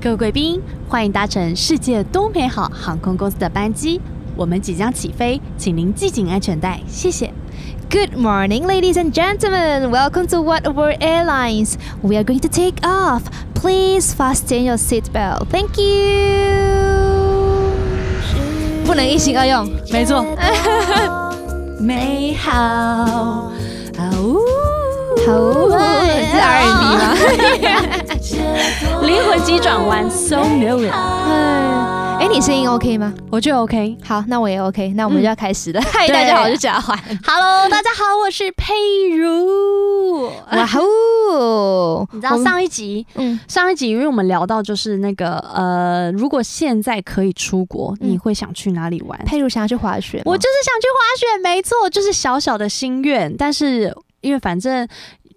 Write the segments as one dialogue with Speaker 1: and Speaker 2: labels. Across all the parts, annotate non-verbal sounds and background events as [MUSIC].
Speaker 1: 各位贵宾，欢迎搭乘世界东北好航空公司的班机，我们即将起飞，请您系紧安全带，谢谢。
Speaker 2: Good morning, ladies and gentlemen. Welcome to What World Airlines. We are going to take off. Please fasten your seatbelt. Thank you. 不能一心二用，
Speaker 1: 没错。
Speaker 2: 嗯
Speaker 1: 美好，啊呜，
Speaker 2: 好，是 R&B 吗？
Speaker 1: 灵魂急转弯，so million，
Speaker 2: 哎，哎，你声音 OK 吗？
Speaker 1: 我觉得 OK。
Speaker 2: 好，那我也 OK。那我们就要开始了。嗨，大家好，我是贾环。
Speaker 1: Hello，大家好，我是佩如。
Speaker 2: 哇 [LAUGHS] 哦，
Speaker 1: 你知道上一集，
Speaker 2: 嗯
Speaker 1: 上一集因为我们聊到就是那个呃，如果现在可以出国，
Speaker 2: 嗯
Speaker 1: 你会想去哪里玩？
Speaker 2: 佩如想要去滑雪吗，
Speaker 1: 我就是想去滑雪，没错，就是小小的心愿。但是因为反正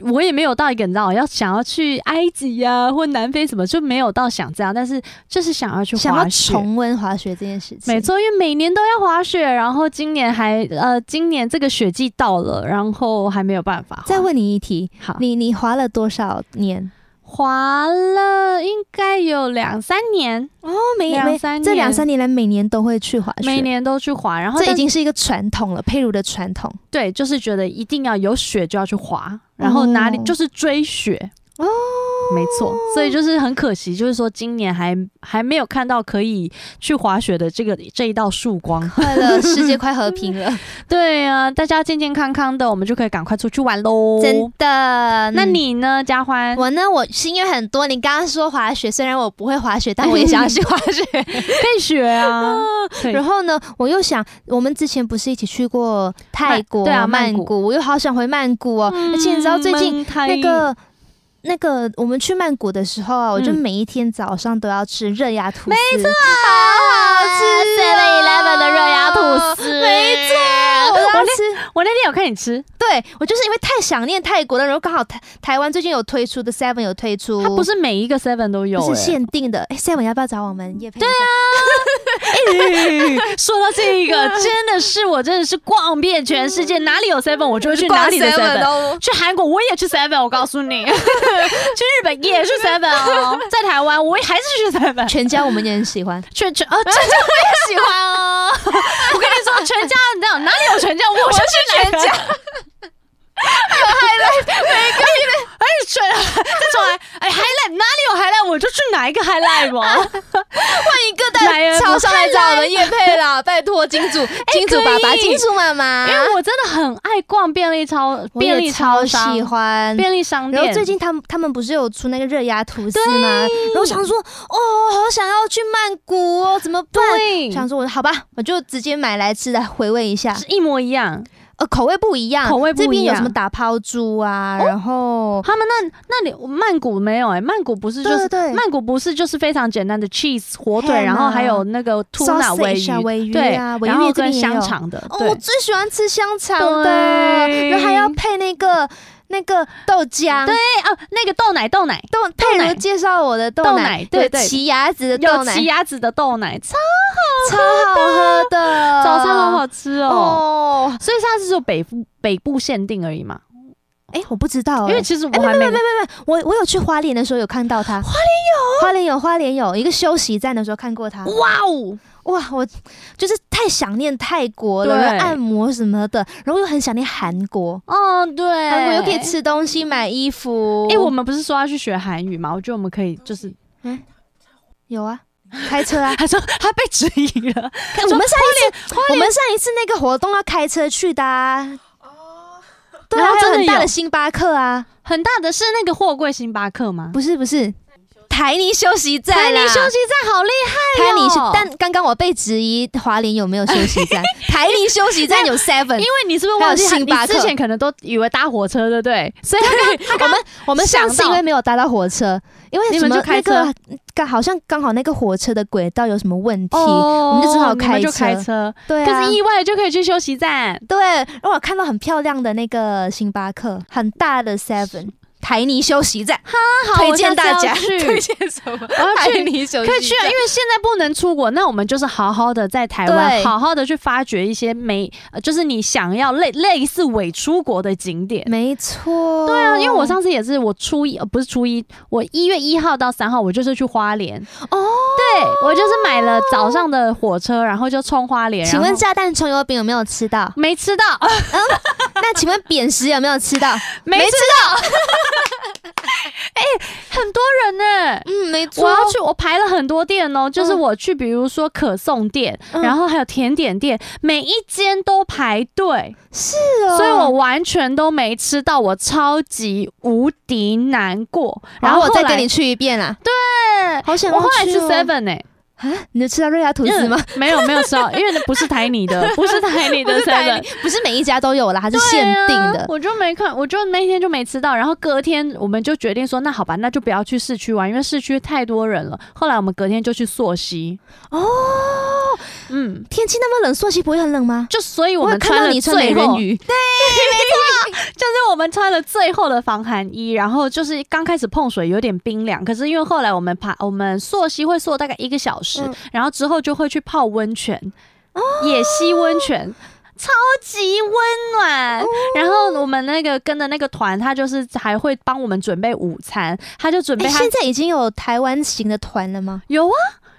Speaker 1: 我也没有到一个你知道要想要去埃及呀、或南非什么，就没有到想这样。但是就是想要去
Speaker 2: 想要
Speaker 1: 滑雪。
Speaker 2: 重温滑雪这件事情。
Speaker 1: 没，错，因为每年都要滑雪，然后今年还呃，今年这个雪季到了，然后还没有办法滑。
Speaker 2: 再问你一题，
Speaker 1: 好，
Speaker 2: 你你滑了多少年？
Speaker 1: 滑了应该有两三年，
Speaker 2: 哦，每
Speaker 1: 两
Speaker 2: 每
Speaker 1: 三
Speaker 2: 这
Speaker 1: 年
Speaker 2: 两三年来每年都会去滑雪，
Speaker 1: 每年都去滑，然后
Speaker 2: 这
Speaker 1: 但
Speaker 2: 已经是一个传统了，佩如的传统。
Speaker 1: 对，就是觉得一定要有雪就要去滑，然后哪里、
Speaker 2: 哦
Speaker 1: 就是追雪。
Speaker 2: 哦，
Speaker 1: 没错，所以就是很可惜，就是说今年还还没有看到可以去滑雪的这个这一道曙光。
Speaker 2: 快了，世界快和平 [LAUGHS] 了，
Speaker 1: 对啊，大家健健康康的，我们就可以赶快出去玩喽。
Speaker 2: 真的。
Speaker 1: 那你呢，嘉欢？
Speaker 2: 我呢？我心愿很多。你刚刚说滑雪，虽然我不会滑雪，但我也想要去滑 [LAUGHS] 雪。
Speaker 1: 可以学啊，
Speaker 2: [LAUGHS]
Speaker 1: 可以
Speaker 2: 然后呢，我又想，我们之前不是一起去过泰国、
Speaker 1: 对啊曼
Speaker 2: 曼
Speaker 1: 谷
Speaker 2: 谷，我又好想回曼谷哦。而且你知道最近
Speaker 1: 嗯太
Speaker 2: 那个。那个，我们去曼谷的时候啊，我就
Speaker 1: 嗯
Speaker 2: 每一天早上都要吃热压吐司，没
Speaker 1: 哦
Speaker 2: 错，
Speaker 1: 好
Speaker 2: 好
Speaker 1: 吃
Speaker 2: 哦
Speaker 1: Eleven 的热压吐司，
Speaker 2: 没错，我
Speaker 1: 我
Speaker 2: 要
Speaker 1: 那
Speaker 2: 吃。
Speaker 1: 我那天有看你吃，
Speaker 2: 对我就是因为太想念泰国了，然后刚好台台湾最近有推出的 Seven 有推出，
Speaker 1: 它不是每一个 Seven 都有、
Speaker 2: 不
Speaker 1: 欸，
Speaker 2: 是限定的，哎，Seven 要不要找我们也配？对啊，
Speaker 1: [LAUGHS] 说到这个，真的是我真的是逛遍全世界，哪里有 Seven 我就会去哪里的嗯 Seven。哦
Speaker 2: 都
Speaker 1: 去韩国我也去 Seven，我告诉你， [LAUGHS] 去日本也去 Seven 哦， [LAUGHS] 在台湾我也还是去 Seven，
Speaker 2: 全家我们也很
Speaker 1: [LAUGHS]
Speaker 2: 喜欢，
Speaker 1: 全全啊，全家我也喜欢哦。 [LAUGHS] 我跟你说，全家你知道哪里有全家，我就去全家。有 highlight，每个全再重来，哎 highlight 哪里有 highlight 我就去哪一个 highlight 吧。
Speaker 2: [LAUGHS] 换一个
Speaker 1: 来人
Speaker 2: 的
Speaker 1: 不
Speaker 2: 超商来找我们叶配啦，拜托
Speaker 1: [LAUGHS]
Speaker 2: 金主、金主爸
Speaker 1: 可
Speaker 2: 爸、
Speaker 1: 以
Speaker 2: 金主妈妈
Speaker 1: 因，为我真的很爱逛便利超
Speaker 2: 啊我
Speaker 1: 便利
Speaker 2: 也超
Speaker 1: 商
Speaker 2: 喜欢。
Speaker 1: 便利商
Speaker 2: 然
Speaker 1: 店。
Speaker 2: 后最近他们他们不是有出那个热压吐司吗？然后我想说，哦，好想要去曼谷哦，怎么办？
Speaker 1: 对
Speaker 2: 想说我好吧，我就直接买来吃来回味一下
Speaker 1: 是。一模一样。
Speaker 2: 呃，口味不一样，
Speaker 1: 口味不一样
Speaker 2: 这边有什么打抛猪啊，然后
Speaker 1: 他们那那里曼谷没有哎、曼谷不是就
Speaker 2: 对
Speaker 1: 是
Speaker 2: 对对，
Speaker 1: 曼谷不是就是非常简单的 cheese 火腿，
Speaker 2: Ham 啊
Speaker 1: 然后还有那个吐纳
Speaker 2: sausage
Speaker 1: 尾鱼，
Speaker 2: 啊尾鱼
Speaker 1: 对，
Speaker 2: 啊尾鱼
Speaker 1: 然后
Speaker 2: 也这
Speaker 1: 跟
Speaker 2: 边也有
Speaker 1: 香肠的，
Speaker 2: 哦，
Speaker 1: 对
Speaker 2: 我最喜欢吃香肠的，
Speaker 1: 对
Speaker 2: 然后还要配那个那个豆浆，
Speaker 1: 对哎哦那个豆奶豆奶。
Speaker 2: 豆
Speaker 1: 豆
Speaker 2: 佩
Speaker 1: 奶
Speaker 2: 如介绍我的豆
Speaker 1: 豆奶
Speaker 2: 奶，
Speaker 1: 对
Speaker 2: 有
Speaker 1: 对
Speaker 2: 奇亚籽的
Speaker 1: 有
Speaker 2: 豆奶
Speaker 1: 奇，亚籽的豆奶，超
Speaker 2: 超好喝 [LAUGHS] 的，
Speaker 1: 早上好好吃哦。
Speaker 2: 哦。
Speaker 1: 所以它是有北部北部限定而已嘛，
Speaker 2: 哎，我不知道
Speaker 1: 因
Speaker 2: 哎
Speaker 1: 为，其实我还没
Speaker 2: 我我有去花莲的时候有看到他，花莲有，花莲有，花莲有一个休息站的时候看过他。
Speaker 1: 哇哦，
Speaker 2: 哇，我就是太想念泰国了，
Speaker 1: 对
Speaker 2: 然后按摩什么的，然后又很想念韩国，
Speaker 1: 哦对，
Speaker 2: 韩国又可以吃东西、买衣服。
Speaker 1: 哎、我们不是说要去学韩语吗？我觉得我们可以， [LAUGHS] 就是，
Speaker 2: 有啊，开车啊 [LAUGHS]
Speaker 1: 他说他被质疑了，
Speaker 2: 看我们上一次我们上一次那个活动要开车去的啊。对啊，
Speaker 1: 然后
Speaker 2: 还
Speaker 1: 真
Speaker 2: 有
Speaker 1: 的
Speaker 2: 很大
Speaker 1: 有
Speaker 2: 的星巴克啊，
Speaker 1: 很大的是那个货柜星巴克吗？
Speaker 2: 不是不是，台泥休息站啦，啊
Speaker 1: 台泥休息站好厉害、
Speaker 2: 台
Speaker 1: 哦，
Speaker 2: 泥休，但刚刚我被质疑华联有没有休息 [LAUGHS] 站，台泥休息站有 Seven
Speaker 1: 因。为你是不是忘记
Speaker 2: 还有星巴克
Speaker 1: 你之前可能都以为搭火车，对不对？所以他刚他
Speaker 2: 我
Speaker 1: 刚
Speaker 2: 们我们上
Speaker 1: 想
Speaker 2: 次
Speaker 1: 到
Speaker 2: 因为没有搭到火车，因为
Speaker 1: 你
Speaker 2: 什
Speaker 1: 们
Speaker 2: 么
Speaker 1: 就开
Speaker 2: 那
Speaker 1: 车
Speaker 2: 个刚好像刚好那个火车的轨道有什么问
Speaker 1: [LAUGHS]
Speaker 2: 题，
Speaker 1: 哦
Speaker 2: 我们就只好
Speaker 1: 你们就开
Speaker 2: 开车
Speaker 1: 车，啊
Speaker 2: 对啊
Speaker 1: 可是意外就可以去休息站。
Speaker 2: 对，然后我看到很漂亮的那个星巴克，很大的 Seven，台泥休息站，
Speaker 1: 那好，
Speaker 2: 推
Speaker 1: 我下
Speaker 2: 荐
Speaker 1: 次
Speaker 2: 大
Speaker 1: 要 [LAUGHS]
Speaker 2: 家。
Speaker 1: 去
Speaker 2: [LAUGHS] 推荐什么？
Speaker 1: 我要去
Speaker 2: 台泥休息站
Speaker 1: 可以去啊，因为现在不能出国，那我们就是好好的在台湾，
Speaker 2: 对
Speaker 1: 好好的去发掘一些美，呃就是你想要类类似伪出国的景点。
Speaker 2: 没错，
Speaker 1: 对啊，因为我上次也是，我初一呃不是初一，我一月一号到三号，我就是去花莲。
Speaker 2: 哦，
Speaker 1: 对，我就是买了早上的火车，然后就冲花莲。
Speaker 2: 请
Speaker 1: 然
Speaker 2: 问
Speaker 1: 后？
Speaker 2: 炸弹葱油饼有没有吃到 [LAUGHS]
Speaker 1: 没吃到？
Speaker 2: 那请问扁食有没有吃
Speaker 1: [LAUGHS]
Speaker 2: 到？
Speaker 1: 没吃到。 [LAUGHS] 哎、很多人呢、
Speaker 2: 嗯，没
Speaker 1: 我要去，我排了很多店哦、就是我去，比如说可颂店，
Speaker 2: 嗯
Speaker 1: 然后还有甜点店，每一间都排队，
Speaker 2: 是哦
Speaker 1: 所以我完全都没吃到，我超级无敌难过。
Speaker 2: 然哦后我再
Speaker 1: 来
Speaker 2: 跟你去一遍啊。
Speaker 1: 对，
Speaker 2: 好想
Speaker 1: 我后来
Speaker 2: 要去
Speaker 1: 吃
Speaker 2: 哦
Speaker 1: seven 哎、
Speaker 2: 啊，你有吃到瑞亚吐司吗？
Speaker 1: 嗯？没有没有吃到，因为那不是台泥
Speaker 2: [LAUGHS]
Speaker 1: 的，不是台泥
Speaker 2: 不
Speaker 1: 的
Speaker 2: 是台
Speaker 1: seven
Speaker 2: 泥。， [LAUGHS] 不是每一家都有啦，它是限定
Speaker 1: 对啊
Speaker 2: 的。
Speaker 1: 我就没看，我就那天就没吃到。然后隔天我们就决定说，那好吧，那就不要去市区玩，因为市区太多人了。后来我们隔天就去溯溪，
Speaker 2: 哦，
Speaker 1: 嗯，
Speaker 2: 天气那么冷，朔溪不会很冷吗？
Speaker 1: 就所以我
Speaker 2: 我有
Speaker 1: 们
Speaker 2: 看到
Speaker 1: 了
Speaker 2: 你穿美
Speaker 1: 最 [LAUGHS]
Speaker 2: 人
Speaker 1: 后，
Speaker 2: 鱼，
Speaker 1: 就是我们穿了最后的防寒衣，然后就是刚开始碰水有点冰凉，可是因为后来我们爬我们溯溪会溯大概一个小时，
Speaker 2: 嗯哦
Speaker 1: 然后之后就会去泡温泉，野溪温泉。超级温
Speaker 2: 哦
Speaker 1: 暖，然后我们那个跟的那个团，他就是还会帮我们准备午餐，他就准备
Speaker 2: 哎，
Speaker 1: 他
Speaker 2: 现在已经有台湾型的团
Speaker 1: [LAUGHS]
Speaker 2: 了吗？
Speaker 1: 有啊，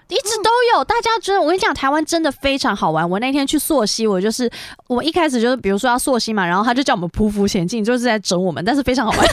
Speaker 1: 一直都有。大家真的，我跟你讲，台湾真的非常好玩。我那天去溯溪，我就是我一开始就是，比如说要溯溪嘛，然后他就叫我们匍匐前进，就是在整我们，但是非常好玩。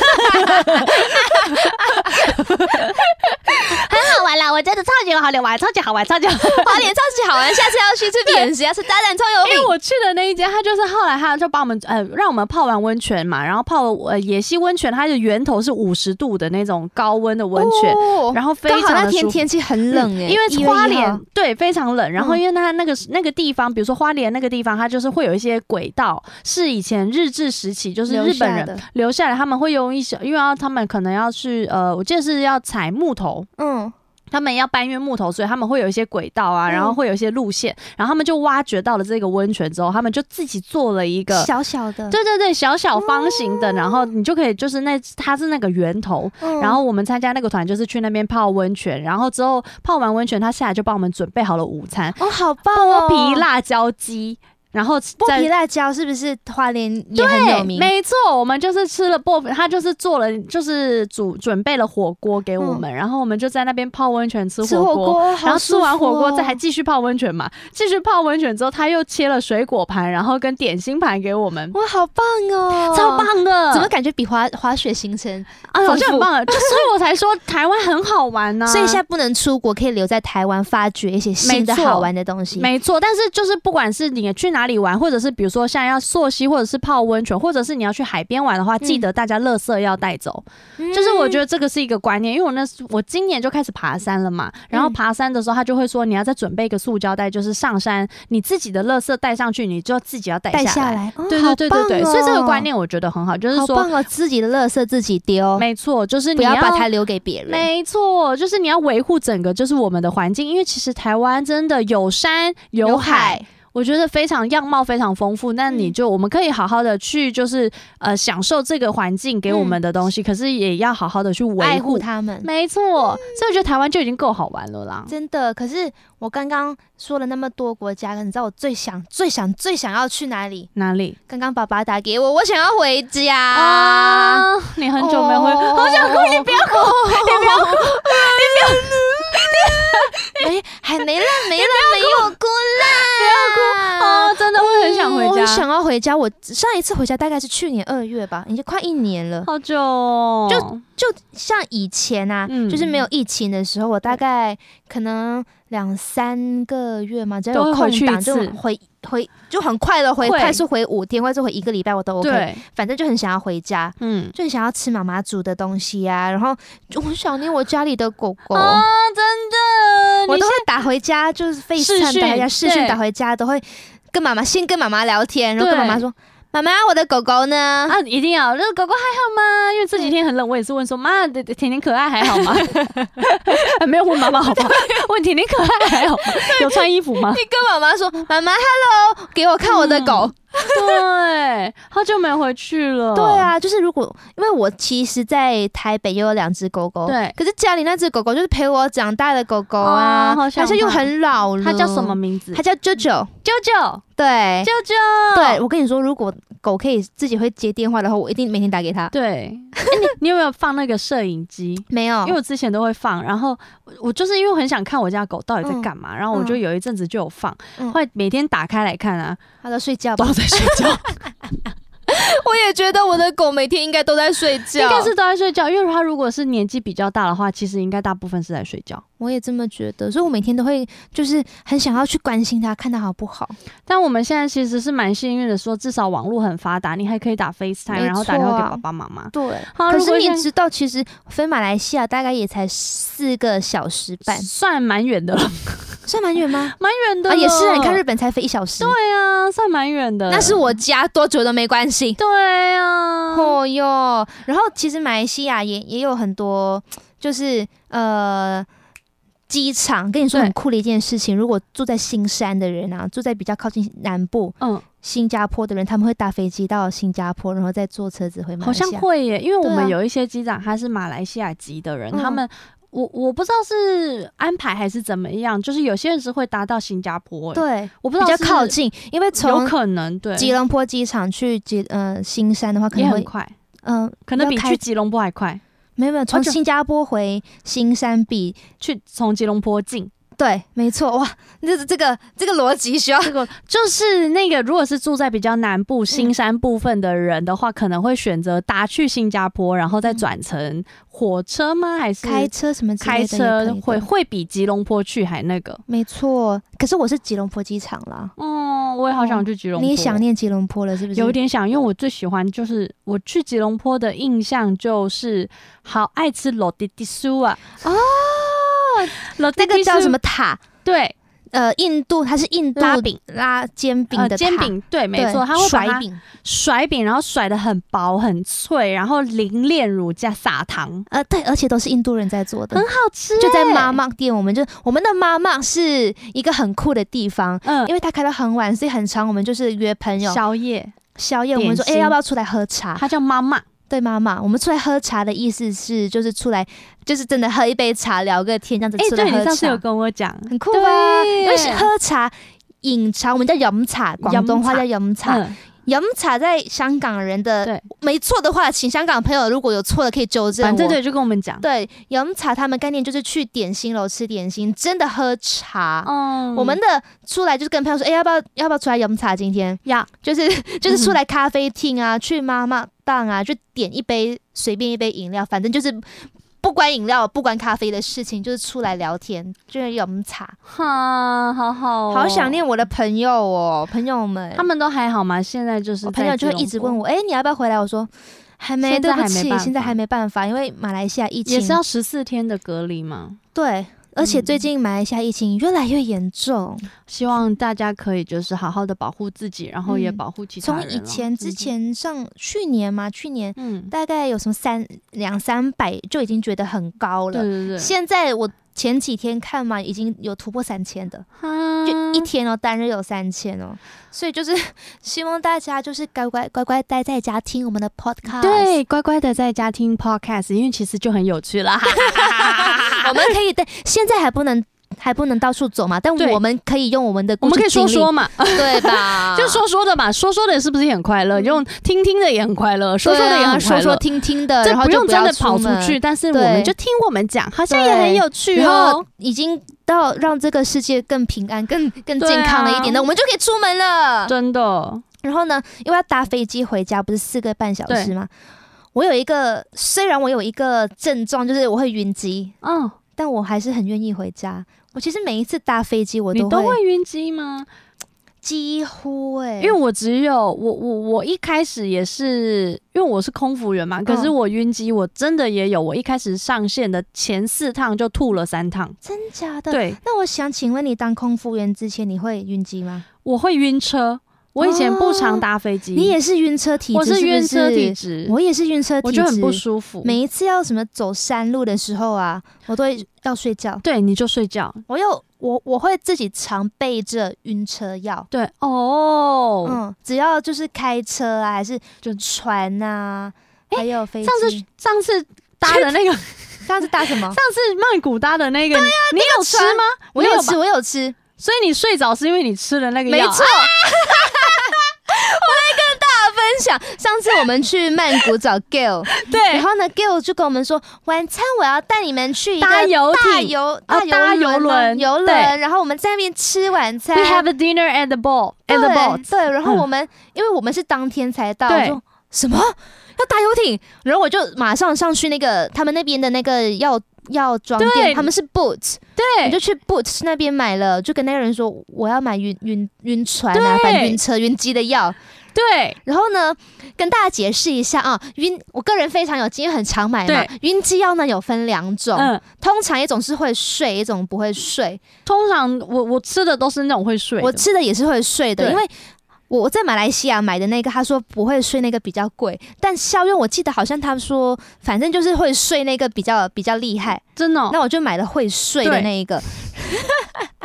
Speaker 1: 很好玩啦，我觉得超级好玩，超级好玩，超级好玩。
Speaker 2: 花莲超级好
Speaker 1: 啊
Speaker 2: 玩，下次要去吃扁食，要吃炸弹葱油
Speaker 1: 因为
Speaker 2: 饼。
Speaker 1: 我去的那一家，他就是后来他就帮我们呃，让我们泡完温泉嘛，然后泡了呃野溪温泉，它的源头是五十度的那种高温的温泉，
Speaker 2: 哦
Speaker 1: 然后非
Speaker 2: 刚
Speaker 1: 常
Speaker 2: 好那
Speaker 1: 的
Speaker 2: 天
Speaker 1: 舒服嗯
Speaker 2: 天气很冷哎，
Speaker 1: 因
Speaker 2: 1
Speaker 1: 为
Speaker 2: 月
Speaker 1: 花
Speaker 2: 1号
Speaker 1: 莲对非常冷，然后
Speaker 2: 嗯
Speaker 1: 因为它那个那个地方，比如说花莲那个地方，它就是会有一些轨道，是以前日治时期就是
Speaker 2: 留
Speaker 1: 日本
Speaker 2: 下
Speaker 1: 人
Speaker 2: 的
Speaker 1: 留下来，他们会用一些，因为要他们可能要去呃，我记得是要采木头。
Speaker 2: 嗯，
Speaker 1: 他们要搬运木头，所以他们会有一些轨道啊，
Speaker 2: 嗯
Speaker 1: 然后会有一些路线，然后他们就挖掘到了这个温泉之后，他们就自己做了一个，
Speaker 2: 小嗯小的，
Speaker 1: 对对对，小小方形的，然后你就可以就是那它是那个源头，
Speaker 2: 嗯
Speaker 1: 然后我们参加那个团就是去那边泡温泉，然后之后泡完温泉，他下来就帮我们准备好了午餐，
Speaker 2: 哦，好棒哦，
Speaker 1: 剥皮辣椒鸡，然后
Speaker 2: 剥
Speaker 1: 再
Speaker 2: 皮辣椒嗯是不是花莲也很有名？
Speaker 1: 没错，我们就是吃了薄，他就是做了，就是煮准备了火锅给我们，然后我们就在那边泡温泉吃
Speaker 2: 嗯吃
Speaker 1: 火
Speaker 2: 火
Speaker 1: 锅。
Speaker 2: 锅，好
Speaker 1: 然后吃完火锅，
Speaker 2: 舒服哦
Speaker 1: 再还继续泡温泉嘛？继续泡温泉之后，他又切了水果盘，然后跟点心盘给我们，
Speaker 2: 哇，好棒哦，
Speaker 1: 超！棒的！
Speaker 2: 怎么感觉比滑滑雪行程？
Speaker 1: 啊？我
Speaker 2: 丰
Speaker 1: 觉得
Speaker 2: 富
Speaker 1: 很
Speaker 2: [LAUGHS]
Speaker 1: 棒了，就所以我才说台湾很好玩呢、
Speaker 2: 所以现在不能出国，可以留在台湾发掘一些新的
Speaker 1: 没错
Speaker 2: 好玩的东西。
Speaker 1: 没错，但是就是不管是你去哪里玩，或者是比如说像要溯溪，或者是泡温泉，或者是你要去海边玩的话，记得大家垃圾要带走。
Speaker 2: 嗯
Speaker 1: 就是我觉得这个是一个观念，因为我那时我今年就开始爬山了嘛，
Speaker 2: 嗯
Speaker 1: 然后爬山的时候他就会说你要再准备一个塑胶袋，就是上山你自己的垃圾带上去，你就自己要带
Speaker 2: 带
Speaker 1: 下
Speaker 2: 下
Speaker 1: 来。
Speaker 2: 来，哦
Speaker 1: 对对对对对，
Speaker 2: 好棒哦
Speaker 1: 所以这个观念我觉得很好，就是
Speaker 2: 好
Speaker 1: 说
Speaker 2: 棒哦，自己的垃圾自己丢，
Speaker 1: 没错，就是
Speaker 2: 不
Speaker 1: 你
Speaker 2: 要把它留给别人。
Speaker 1: 没错，就是你要维护整个就是我们的环境，因为其实台湾真的有山有海，我觉得非常样貌非常丰富，那你
Speaker 2: 嗯
Speaker 1: 就、我们可以好好的去，就是呃享受这个环境给我们的东西，可是也要好好的去
Speaker 2: 有海，爱
Speaker 1: 维
Speaker 2: 护
Speaker 1: 护。
Speaker 2: 他们。
Speaker 1: 没错，所以我觉得台湾就已经够好玩了啦。
Speaker 2: 真的，可是我刚刚说了那么多国家，你知道我最想、最想、最想要去哪里？
Speaker 1: 哪里
Speaker 2: 刚刚爸爸打给我，我想要回家。
Speaker 1: 啊？你很久没回，
Speaker 2: 哦
Speaker 1: 好想
Speaker 2: 哭，你不要哭，你不要哭，你不要哭，没还没了，没了，没有哭啦，不
Speaker 1: 啊，真的会很想回
Speaker 2: 哦我
Speaker 1: 家，
Speaker 2: 很想要回家。我上一次回家大概是去年二月吧，已经快一年了。
Speaker 1: 好久、哦，
Speaker 2: 就就像以前啊，
Speaker 1: 嗯
Speaker 2: 就是没有疫情的时候，我大概可能两三个月嘛，只要有
Speaker 1: 都会
Speaker 2: 空
Speaker 1: 去
Speaker 2: 档
Speaker 1: 一
Speaker 2: 就
Speaker 1: 次
Speaker 2: 回回就很快的回，
Speaker 1: 会
Speaker 2: 快速回五天，快速回一个礼拜我都 OK，
Speaker 1: 对，
Speaker 2: 反正就很想要回家。
Speaker 1: 嗯。
Speaker 2: 就很想要吃妈妈煮的东西啊，然后我很想念我家里的狗狗，
Speaker 1: 啊，真的，
Speaker 2: 哦我
Speaker 1: 你
Speaker 2: 都会
Speaker 1: 现
Speaker 2: 打回家，就是 FaceTime
Speaker 1: 视讯
Speaker 2: 打回家，视讯
Speaker 1: 对
Speaker 2: 打回家都会跟妈妈先跟妈妈聊天，然后跟
Speaker 1: 对
Speaker 2: 妈妈说。妈妈，我的狗狗呢？
Speaker 1: 啊，一定要！那狗狗还好吗？因为这几天很冷，我也是问说，妈，甜甜可爱还好吗？ [LAUGHS] 没有问妈妈好 [LAUGHS] 不好？问甜甜可爱还好吗？ [LAUGHS] 有穿衣服吗？
Speaker 2: 你跟妈妈说，妈妈，hello，给我看我
Speaker 1: 嗯
Speaker 2: 的狗。
Speaker 1: 对，好久没回去了。
Speaker 2: 对，啊，就是如果因为我其实，在台北也有两只狗狗，
Speaker 1: 对
Speaker 2: 可是家里那只狗狗就是陪我长大的狗狗
Speaker 1: 哦
Speaker 2: 啊，
Speaker 1: 好想
Speaker 2: 但是又很老了。
Speaker 1: 它叫什么？名字？
Speaker 2: 它叫 JoJo。
Speaker 1: 啾啾，
Speaker 2: 对
Speaker 1: 啾啾，
Speaker 2: 对，我跟你说，如果狗可以自己会接电话的话，我一定每天打给它。
Speaker 1: 对。哦哎你你有没有放那个摄影机？
Speaker 2: 没有，
Speaker 1: 因为我之前都会放，然后我我就是因为很想看我家狗到底在干嘛，然后我就有一阵子就有放，
Speaker 2: 嗯
Speaker 1: 后来每天打开来看啊，
Speaker 2: 它在睡觉
Speaker 1: 都
Speaker 2: [LAUGHS] 吧？
Speaker 1: 在睡觉，
Speaker 2: 我也觉得我的狗每天应该都在睡觉
Speaker 1: 应该是都在睡觉，因为它如果是年纪比较大的话，其实应该大部分是在睡觉。
Speaker 2: 我也这么觉得，所以我每天都会就是很想要去关心它，看它好不好。
Speaker 1: 但我们现在其实是蛮幸运的说至少网络很发达，你还可以打 FaceTime，、
Speaker 2: 没
Speaker 1: 然后打电话给
Speaker 2: 错啊
Speaker 1: 爸爸妈妈。
Speaker 2: 对。啊
Speaker 1: 好，
Speaker 2: 可
Speaker 1: 如
Speaker 2: 是
Speaker 1: 果
Speaker 2: 你
Speaker 1: 现在
Speaker 2: 知道，其实飞马来西亚大概也才四个小时 [LAUGHS] 半，
Speaker 1: 算蛮远的了，
Speaker 2: 算蛮远吗？
Speaker 1: 蛮远的
Speaker 2: 啊，
Speaker 1: 了、
Speaker 2: 也是啊，你看日本才飞一小时，
Speaker 1: 对啊，算蛮远的。
Speaker 2: 那是我家多久都没关系。
Speaker 1: 对啊，
Speaker 2: 哦哟，然后其实马来西亚也也有很多，就是呃。机场跟你说
Speaker 1: 对
Speaker 2: 很酷的一件事情，如果住在新山的人啊，住在比较靠近南部
Speaker 1: 嗯，
Speaker 2: 新加坡的人，他们会搭飞机到新加坡，然后再坐车子回马
Speaker 1: 好
Speaker 2: 来西
Speaker 1: 像
Speaker 2: 亚。
Speaker 1: 会耶，因为我
Speaker 2: 对
Speaker 1: 们
Speaker 2: 啊
Speaker 1: 有一些机长他是马来西亚籍的人，
Speaker 2: 嗯
Speaker 1: 他们我我不知道是安排还是怎么样，就是有些人是会搭到新加坡耶，
Speaker 2: 对，
Speaker 1: 欸我不知
Speaker 2: 比
Speaker 1: 道
Speaker 2: 较
Speaker 1: 是
Speaker 2: 靠，近，因为
Speaker 1: 有
Speaker 2: 从
Speaker 1: 可能对，
Speaker 2: 吉隆坡机场去吉呃新山的话，可
Speaker 1: 也
Speaker 2: 能
Speaker 1: 很
Speaker 2: 会
Speaker 1: 快，
Speaker 2: 嗯、
Speaker 1: 可能比
Speaker 2: 要开
Speaker 1: 去吉隆坡还快，
Speaker 2: 没有没有，从
Speaker 1: 就
Speaker 2: 新加坡回新山比
Speaker 1: 去从吉隆坡近。
Speaker 2: 对，没错，哇，这这个这个逻辑需要
Speaker 1: 这个就是那个，如果是住在比较南部新山部分的人的话，可能会选择搭去新加坡，然后再转乘火车吗？还是
Speaker 2: 开车什么之类
Speaker 1: 开
Speaker 2: 的也可以
Speaker 1: 车
Speaker 2: 的
Speaker 1: 会会比吉隆坡去还那个？
Speaker 2: 没错，可是我是吉隆坡机场啦，
Speaker 1: 嗯，我也好想去吉隆坡。
Speaker 2: 哦你也想念吉隆坡了是不是？
Speaker 1: 有一点想，因为我最喜欢就是我去吉隆坡的印象就是好爱吃罗迪迪酥啊，
Speaker 2: 哦，
Speaker 1: 罗
Speaker 2: 那个叫什么？塔？
Speaker 1: 对，
Speaker 2: 呃，印度它是印度
Speaker 1: 拉饼、
Speaker 2: 拉煎饼
Speaker 1: 呃，
Speaker 2: 的塔
Speaker 1: 煎，饼，对，没
Speaker 2: 对
Speaker 1: 错，它会把它
Speaker 2: 甩饼，
Speaker 1: 甩饼，然后甩的很薄很脆，然后淋炼乳加撒糖，
Speaker 2: 呃，对，而且都是印度人在做的
Speaker 1: 很。好吃、
Speaker 2: 就在妈
Speaker 1: 妈，
Speaker 2: 妈店，我们就我们的妈妈是一个很酷的地方，
Speaker 1: 嗯，
Speaker 2: 因为它开到很晚，所以很常我们就是约朋友
Speaker 1: 宵夜，
Speaker 2: 宵夜，我们说哎、
Speaker 1: 点心
Speaker 2: 要不要出来喝茶？
Speaker 1: 它叫妈妈，
Speaker 2: 对妈妈，我们出来喝茶的意思是就是出来就是真的喝一杯茶聊个天这样子
Speaker 1: 哎、
Speaker 2: 出来
Speaker 1: 对
Speaker 2: 喝
Speaker 1: 你上次
Speaker 2: 茶
Speaker 1: 有。跟我讲，
Speaker 2: 很酷吧？
Speaker 1: 对
Speaker 2: 因为是喝茶、饮茶，我们叫饮茶，广东话叫饮茶。
Speaker 1: 嗯，
Speaker 2: 饮茶在香港人的
Speaker 1: 对
Speaker 2: 没错的话，请香港朋友如果有错的可以纠正
Speaker 1: 反正
Speaker 2: 我。
Speaker 1: 对，就跟我们讲，
Speaker 2: 对，饮茶他们概念就是去点心楼吃点心，真的喝茶。
Speaker 1: 嗯
Speaker 2: 我们的出来就是跟朋友说，哎、要不要要不要出来饮茶？今天
Speaker 1: 要
Speaker 2: 就是就是出来咖啡厅
Speaker 1: 嗯
Speaker 2: 啊，去妈妈档啊，就点一杯随便一杯饮料，反正就是不管饮料不管咖啡的事情，就是出来聊天，就是饮茶。
Speaker 1: 哈，好好、
Speaker 2: 好想。念我的朋友哦，朋友们，
Speaker 1: 哦他们都还好吗？现在就是
Speaker 2: 我朋友就会一直问
Speaker 1: 我，
Speaker 2: 我，哎、你要不要回来？我说还没，
Speaker 1: 现
Speaker 2: 对
Speaker 1: 在
Speaker 2: 不
Speaker 1: 还没
Speaker 2: 起，
Speaker 1: 办
Speaker 2: 现在
Speaker 1: 法
Speaker 2: 还没办法，因为马来西亚疫情
Speaker 1: 也是要十四天的隔离吗？
Speaker 2: 对，而且
Speaker 1: 嗯
Speaker 2: 最近马来西亚疫情越来越严重，
Speaker 1: 希望大家可以就是好好的保护自己，然后也保护其他
Speaker 2: 从
Speaker 1: 人啦。
Speaker 2: 以前之
Speaker 1: 嗯，
Speaker 2: 前上、去年嘛，去年
Speaker 1: 嗯，
Speaker 2: 大概有什么三两三百就已经觉得很高
Speaker 1: 对
Speaker 2: 了，
Speaker 1: 对对，
Speaker 2: 现在我。前几天看嘛，已经有突破三千的，
Speaker 1: 啊
Speaker 2: 就一天哦，单日有三千哦，所以就是 [LAUGHS] 希望大家就是乖乖乖乖待在家听我们的 podcast，
Speaker 1: 对，乖乖的在家听 podcast，因为其实就很有趣 [LAUGHS] 啦。
Speaker 2: [LAUGHS] 我们可以但现在还不能还不能到处走嘛，但
Speaker 1: 对
Speaker 2: 我们可以用我们的
Speaker 1: 我们
Speaker 2: 故事
Speaker 1: 可以
Speaker 2: 经
Speaker 1: 说
Speaker 2: 历，
Speaker 1: 说嘛，？
Speaker 2: [LAUGHS] 对吧
Speaker 1: [LAUGHS] 就说说的嘛，说说的是不是也很快乐？
Speaker 2: 嗯
Speaker 1: 用听听的也很快乐，说说的
Speaker 2: 对
Speaker 1: 也
Speaker 2: 啊
Speaker 1: 很快
Speaker 2: 说
Speaker 1: 乐。
Speaker 2: 说听听的，
Speaker 1: 这
Speaker 2: 然后
Speaker 1: 不
Speaker 2: 就
Speaker 1: 用真的
Speaker 2: 要
Speaker 1: 跑出
Speaker 2: 门
Speaker 1: 去，。但是我
Speaker 2: 对
Speaker 1: 们就听我们讲，好像也
Speaker 2: 对
Speaker 1: 很有趣
Speaker 2: 然
Speaker 1: 哦
Speaker 2: 后。已经到让这个世界更平安、更更
Speaker 1: 对啊
Speaker 2: 健康了一点的，我们就可以出门了。
Speaker 1: 真的，
Speaker 2: 然后呢，因为要搭飞机回家，不是四个半小时
Speaker 1: 对
Speaker 2: 吗？我有一个，虽然我有一个症状，就是我会晕机，
Speaker 1: 嗯，
Speaker 2: 但我还是很愿意回家。我其实每一次搭飞机，我
Speaker 1: 你
Speaker 2: 都
Speaker 1: 都会晕机吗？
Speaker 2: 几乎哎、
Speaker 1: 因为我只有我我我一开始也是，因为我是空服员嘛，可是
Speaker 2: 嗯
Speaker 1: 我晕机我真的也有，我一开始上线的前四趟就吐了三趟，
Speaker 2: 真假的，
Speaker 1: 对，
Speaker 2: 那我想请问你，当空服员之前你会晕机吗？
Speaker 1: 我会晕车。我以前不常搭飞机，
Speaker 2: 哦你也是晕车体质，
Speaker 1: 我
Speaker 2: 是
Speaker 1: 晕车体
Speaker 2: 质，
Speaker 1: 质，
Speaker 2: 我也是晕车体质，
Speaker 1: 我就很不舒服。
Speaker 2: 每一次要什么走山路的时候啊，我都会要睡觉。
Speaker 1: 对，你就睡觉。
Speaker 2: 我有我我会自己常备着晕车药。
Speaker 1: 对哦，
Speaker 2: 嗯，只要就是开车啊，还是
Speaker 1: 就
Speaker 2: 船啊，还有飞机。
Speaker 1: 上次上次搭的
Speaker 2: [LAUGHS]
Speaker 1: 那个，上
Speaker 2: 上次搭什么？
Speaker 1: 次曼谷搭的那个，
Speaker 2: 啊
Speaker 1: 你有吃吗？
Speaker 2: [LAUGHS] 我
Speaker 1: 你
Speaker 2: 有
Speaker 1: 有
Speaker 2: 吃，
Speaker 1: 吧
Speaker 2: 我有吃，
Speaker 1: 所以你睡着是因为你吃了那个
Speaker 2: 没
Speaker 1: 药
Speaker 2: 错。我
Speaker 1: [LAUGHS] 啊。
Speaker 2: 在跟大家分享，上次我们去曼谷找 Gail，然
Speaker 1: 对，
Speaker 2: 后呢，Gail 就跟我们说，晚餐我要带你们去一个
Speaker 1: 搭游
Speaker 2: 大
Speaker 1: 艇。
Speaker 2: 游
Speaker 1: 啊搭游
Speaker 2: 游
Speaker 1: 轮
Speaker 2: 游轮，
Speaker 1: 对
Speaker 2: 然后我们在那边吃晚餐
Speaker 1: We have a dinner at the ball at the
Speaker 2: 对
Speaker 1: ball。
Speaker 2: 对，然后
Speaker 1: 嗯
Speaker 2: 我们、因为我们是当天才到，
Speaker 1: 对
Speaker 2: 就什么要搭游艇，然后我就马上上去那个他们那边的那个药药妆店，
Speaker 1: 对
Speaker 2: 他们是 Boots，我
Speaker 1: 对
Speaker 2: 就去 Boots 那边买了，就跟那个人说我要买晕晕晕船啊，
Speaker 1: 对
Speaker 2: 反正晕车晕机的药。
Speaker 1: 对
Speaker 2: 然后呢，跟大家解释一下啊，晕我个人非常有经验，很常买嘛。晕机药呢有分两种，
Speaker 1: 嗯，
Speaker 2: 通常一种是会睡，一种不会睡。
Speaker 1: 通常我我吃的都是那种会睡的，
Speaker 2: 我吃的也是会睡的，
Speaker 1: 对
Speaker 2: 因为我在马来西亚买的那个，他说不会睡那个比较贵，但效用我记得好像他说，反正就是会睡那个比较比较厉害，
Speaker 1: 真的哦
Speaker 2: 那我就买了会睡的
Speaker 1: 对
Speaker 2: 那一个。 [LAUGHS]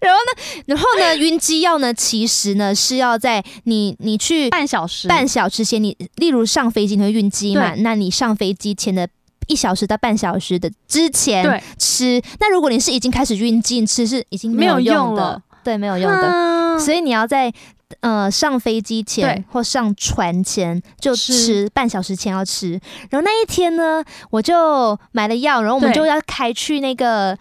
Speaker 2: 然后呢，然后呢，晕机药呢，其实呢是要在你你去
Speaker 1: 半小时，
Speaker 2: 半小时前，你例如上飞机你会晕机嘛？那你上飞机前的一小时到半小时的之前
Speaker 1: 对
Speaker 2: 吃，那如果你是已经开始晕机，你吃是已经没有
Speaker 1: 没有
Speaker 2: 用
Speaker 1: 用
Speaker 2: 的，
Speaker 1: 了
Speaker 2: 对，没有用的。
Speaker 1: 啊
Speaker 2: 所以你要在呃上飞机前
Speaker 1: 对
Speaker 2: 或上船前就
Speaker 1: 吃
Speaker 2: 吃，半小时前要吃。然后那一天呢，我就买了药，然后我们
Speaker 1: 对
Speaker 2: 就要开去那个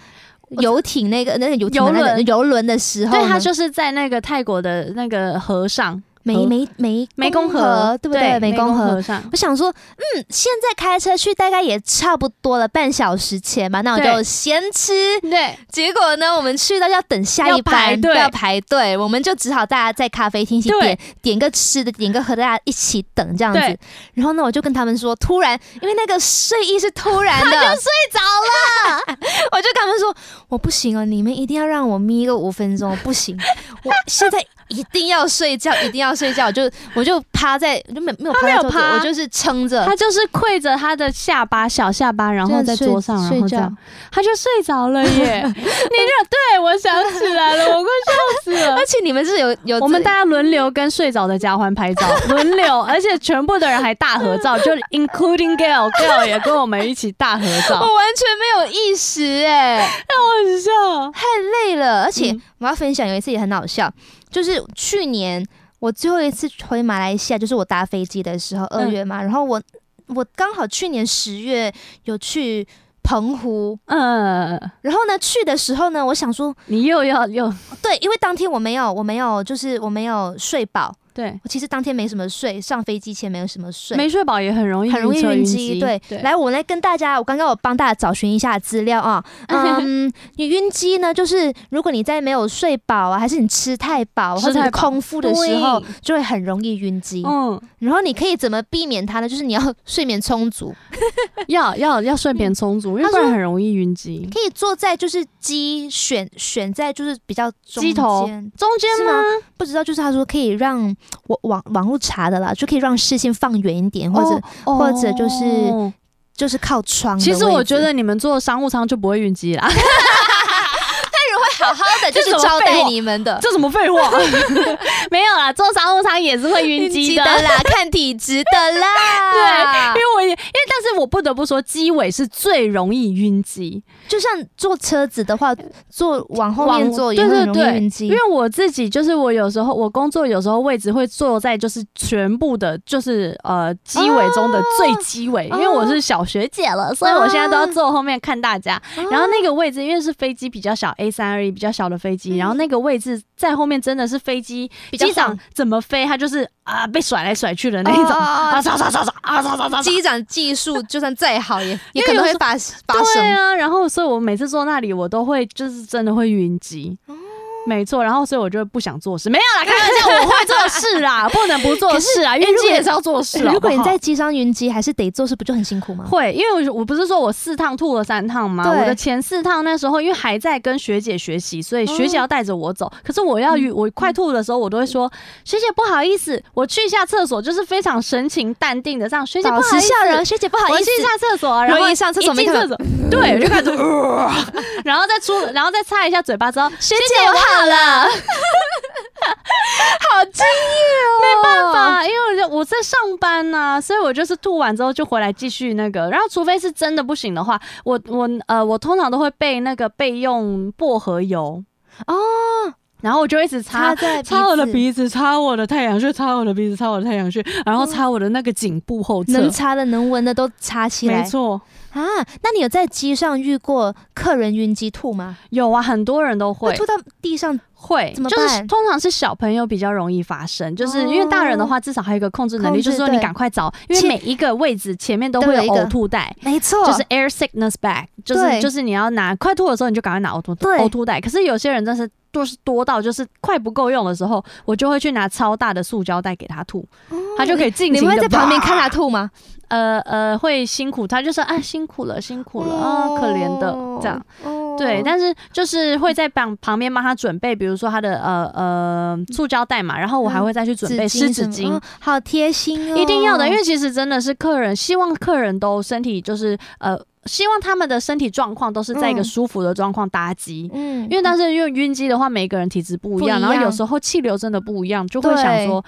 Speaker 1: 我
Speaker 2: 游艇那个那个游艇
Speaker 1: 游
Speaker 2: 那个
Speaker 1: 轮
Speaker 2: 游轮的时候呢，
Speaker 1: 对，他就是在那个泰国的那个河上，
Speaker 2: 湄
Speaker 1: 河
Speaker 2: 湄湄
Speaker 1: 湄
Speaker 2: 公
Speaker 1: 公河，
Speaker 2: 对不对？湄公
Speaker 1: 公
Speaker 2: 河。
Speaker 1: 上，
Speaker 2: 我想说，嗯，现在开车去大概也差不多了，半小时前吧，那我就
Speaker 1: 对
Speaker 2: 先吃。
Speaker 1: 对，
Speaker 2: 结果呢，我们去到要等下一班，
Speaker 1: 要排队
Speaker 2: 要排队，我们就只好大家在咖啡厅一起
Speaker 1: 对
Speaker 2: 点点个吃的，点个喝的，大家一起等这样子
Speaker 1: 对。
Speaker 2: 然后呢，我就跟他们说，突然因为那个睡意是突然
Speaker 1: [LAUGHS]
Speaker 2: 的，他就睡着了。 [LAUGHS] 我就跟他们说，我不行哦，你们一定要让我眯个五分钟，不
Speaker 1: [LAUGHS]
Speaker 2: 行，我现在一定要睡觉，一定要睡觉。我就我就趴在，我就没没有趴在
Speaker 1: 没有
Speaker 2: 桌子，
Speaker 1: 趴
Speaker 2: 我就是撑着，
Speaker 1: 他就是跪着他的下巴小下巴，然后在桌上，
Speaker 2: 这样睡
Speaker 1: 然后这
Speaker 2: 睡
Speaker 1: 样，他就睡着了
Speaker 2: [LAUGHS]
Speaker 1: 耶。你这对我想起来了，我快笑死了
Speaker 2: [LAUGHS] 而。且你们是有有
Speaker 1: 我们
Speaker 2: 自
Speaker 1: 大家轮流跟睡着的家欢
Speaker 2: [LAUGHS]
Speaker 1: 拍照，轮流，而且全部的人还大合照，就 including Gail，Gail 也跟我们一起大合
Speaker 2: [LAUGHS]
Speaker 1: 照，
Speaker 2: 我完全没有意识哎、
Speaker 1: 很笑。
Speaker 2: 累了，而且
Speaker 1: 嗯
Speaker 2: 我要分享有一次也很好笑，就是去年我最后一次回马来西亚，就是我搭飞机的时候，二月嘛，然后我我刚好去年十月有去澎湖，
Speaker 1: 嗯，
Speaker 2: 然后呢去的时候呢，我想说，
Speaker 1: 你又要又
Speaker 2: 对，因为当天我没有我没有就是我没有睡饱，
Speaker 1: 对，
Speaker 2: 我其实当天没什么睡，上飞机前没有什么睡，
Speaker 1: 没睡饱也很容易
Speaker 2: 很容易
Speaker 1: 车
Speaker 2: 晕
Speaker 1: 机。
Speaker 2: 对，来，我来跟大家，我刚刚我帮大家找寻一下资
Speaker 1: [LAUGHS]
Speaker 2: 料啊。嗯，你晕机呢，就是如果你在没有睡饱啊，还是你吃太饱
Speaker 1: 吃
Speaker 2: 或者
Speaker 1: 太
Speaker 2: 你
Speaker 1: 饱
Speaker 2: 空腹的时候
Speaker 1: 对，
Speaker 2: 就会很容易晕机。
Speaker 1: 嗯，
Speaker 2: 然后你可以怎么避免它呢？就是你要 [LAUGHS] 睡眠充足，
Speaker 1: 要要要睡眠充足，因
Speaker 2: 他
Speaker 1: 为不然
Speaker 2: 说
Speaker 1: 很容易晕机。
Speaker 2: 可以坐在就是机选选在就是比较中
Speaker 1: 机头
Speaker 2: 间
Speaker 1: 中间
Speaker 2: 是吗
Speaker 1: 吗？
Speaker 2: 不知道就是他说可以让我网网络查的啦，就可以让视线放远一点，或者、
Speaker 1: 哦
Speaker 2: 或者就是
Speaker 1: 哦
Speaker 2: 就是靠窗的
Speaker 1: 其实我
Speaker 2: 位置
Speaker 1: 觉得你们坐商务舱就不会晕机啦。啊 [LAUGHS]
Speaker 2: 会 [LAUGHS] 好好的就是
Speaker 1: 这什么
Speaker 2: 招
Speaker 1: 废
Speaker 2: 待
Speaker 1: 话
Speaker 2: 你们的。
Speaker 1: 这什么废话？ [LAUGHS] 没有啦，坐商务舱也是会晕机的。啊
Speaker 2: 啦，看体质的啦。
Speaker 1: 因为我也因为，但是我不得不说，机尾是最容易晕机，
Speaker 2: 就像坐车子的话，坐往后面
Speaker 1: 往
Speaker 2: 坐也
Speaker 1: 对
Speaker 2: 会
Speaker 1: 对
Speaker 2: 很容
Speaker 1: 对
Speaker 2: 易晕机
Speaker 1: 因。为我自己就是我有时候我工作有时候位置会坐在就是全部的，就是呃机尾中的最机尾，
Speaker 2: 哦
Speaker 1: 因为我是小学姐了，所以我现在都要坐后面看大家。
Speaker 2: 哦
Speaker 1: 然后那个位置因为是飞机比较小，A 三二一比较小的飞机，
Speaker 2: 嗯
Speaker 1: 然后那个位置在后面真的是飞机
Speaker 2: 比较
Speaker 1: 机长
Speaker 2: 晃
Speaker 1: 怎么飞，他就是啊被甩来甩去的那一
Speaker 2: 哦
Speaker 1: 种。啊
Speaker 2: 种
Speaker 1: 啥啥啥啥啊啥啥啥
Speaker 2: 机长技术就算再好，也也
Speaker 1: 因为
Speaker 2: 可能
Speaker 1: 有
Speaker 2: 会
Speaker 1: 时候
Speaker 2: 发发
Speaker 1: 对
Speaker 2: 生。哦
Speaker 1: 啊，然后所以我每次坐那里，我都会就是真的会晕机。没错，然后所以我就不想做事，没有啦，开玩笑，我会做事
Speaker 2: [LAUGHS]
Speaker 1: 啦，不能不做事啊，
Speaker 2: 可是
Speaker 1: 运
Speaker 2: 哎如
Speaker 1: 气
Speaker 2: 果
Speaker 1: 也是要做事啊。
Speaker 2: 如果你在机上晕机，还是得做事，不就很辛苦吗？
Speaker 1: 会，因为我我不是说我四趟吐了三趟吗？
Speaker 2: 对
Speaker 1: 我的前四趟那时候因为还在跟学姐学习，所以学姐要带着我走。
Speaker 2: 嗯
Speaker 1: 可是我要晕我快吐的时候，我都会说、学姐不好意思，我去一下厕所，就是非常神情淡定的这样，学姐不好
Speaker 2: 保
Speaker 1: 意
Speaker 2: 持
Speaker 1: 思
Speaker 2: 笑。容，学姐不好
Speaker 1: 我
Speaker 2: 意
Speaker 1: 去
Speaker 2: 思
Speaker 1: 一。下厕所，然
Speaker 2: 然后
Speaker 1: 后
Speaker 2: 一上厕所没
Speaker 1: 进
Speaker 2: 看到
Speaker 1: 厕所，对，就开始，呃 [LAUGHS] 然后再出，然后再擦一下嘴巴之后，
Speaker 2: 学姐，我好了，好敬业哦，没
Speaker 1: 办，法，因为我就我在上班呐、所以我就是吐完之后就回来继续那个。然后，除非是真的不行的话，我我呃，我通常都会备那个备用薄荷油
Speaker 2: 哦，
Speaker 1: 然后我就一直
Speaker 2: 插
Speaker 1: 擦。
Speaker 2: 在
Speaker 1: 擦我的
Speaker 2: 子，
Speaker 1: 鼻子，擦我的太阳穴，擦我的鼻子，擦我的太阳穴，然后擦我的那个颈部后侧
Speaker 2: 能，擦的能闻的都擦起来
Speaker 1: 没错，
Speaker 2: 啊。那你有在机上遇过客人晕机吐吗？
Speaker 1: 有啊，很多人都会
Speaker 2: 会吐到地上
Speaker 1: 会，
Speaker 2: 怎么
Speaker 1: 就是
Speaker 2: 办
Speaker 1: 通常是小朋友比较容易发生，就是
Speaker 2: 哦
Speaker 1: 因为大人的话，至少还有一个控制能力，
Speaker 2: 控制
Speaker 1: 就是说你
Speaker 2: 对
Speaker 1: 赶快找，因为
Speaker 2: 切
Speaker 1: 每一个位置前面都
Speaker 2: 都
Speaker 1: 会有
Speaker 2: 有一个
Speaker 1: 呕吐袋，
Speaker 2: 没错
Speaker 1: 就是 air sickness bag，就是
Speaker 2: 对
Speaker 1: 就是你要拿快吐的时候，你就赶快拿呕吐
Speaker 2: 对
Speaker 1: 呕吐袋。可是有些人真是多是多到就是快不够用的时候，我就会去拿超大的塑胶袋给他吐，他就可以尽
Speaker 2: 哦你
Speaker 1: 情
Speaker 2: 们
Speaker 1: 的。
Speaker 2: 会在旁边看他，
Speaker 1: [LAUGHS]
Speaker 2: 吐吗？
Speaker 1: 呃呃，会辛苦，他就说啊辛苦了，辛苦了啊，可怜的这样。
Speaker 2: 哦
Speaker 1: 对，但是就是会在旁旁边帮他准备，比如说他的呃呃
Speaker 2: 嗯
Speaker 1: 塑胶袋嘛，然后我还会再去准备湿纸
Speaker 2: 什么
Speaker 1: 巾
Speaker 2: 哦，好贴心哦，
Speaker 1: 一定要的，因为其实真的是客人，希望客人都身体就是呃，希望他们的身体状况都是在一个
Speaker 2: 嗯
Speaker 1: 舒服的状况搭机。
Speaker 2: 嗯
Speaker 1: 因为但是因为晕机的话，每个人体质不一样，
Speaker 2: 不一
Speaker 1: 然
Speaker 2: 样
Speaker 1: 后有时候气流真的不一样，就会想说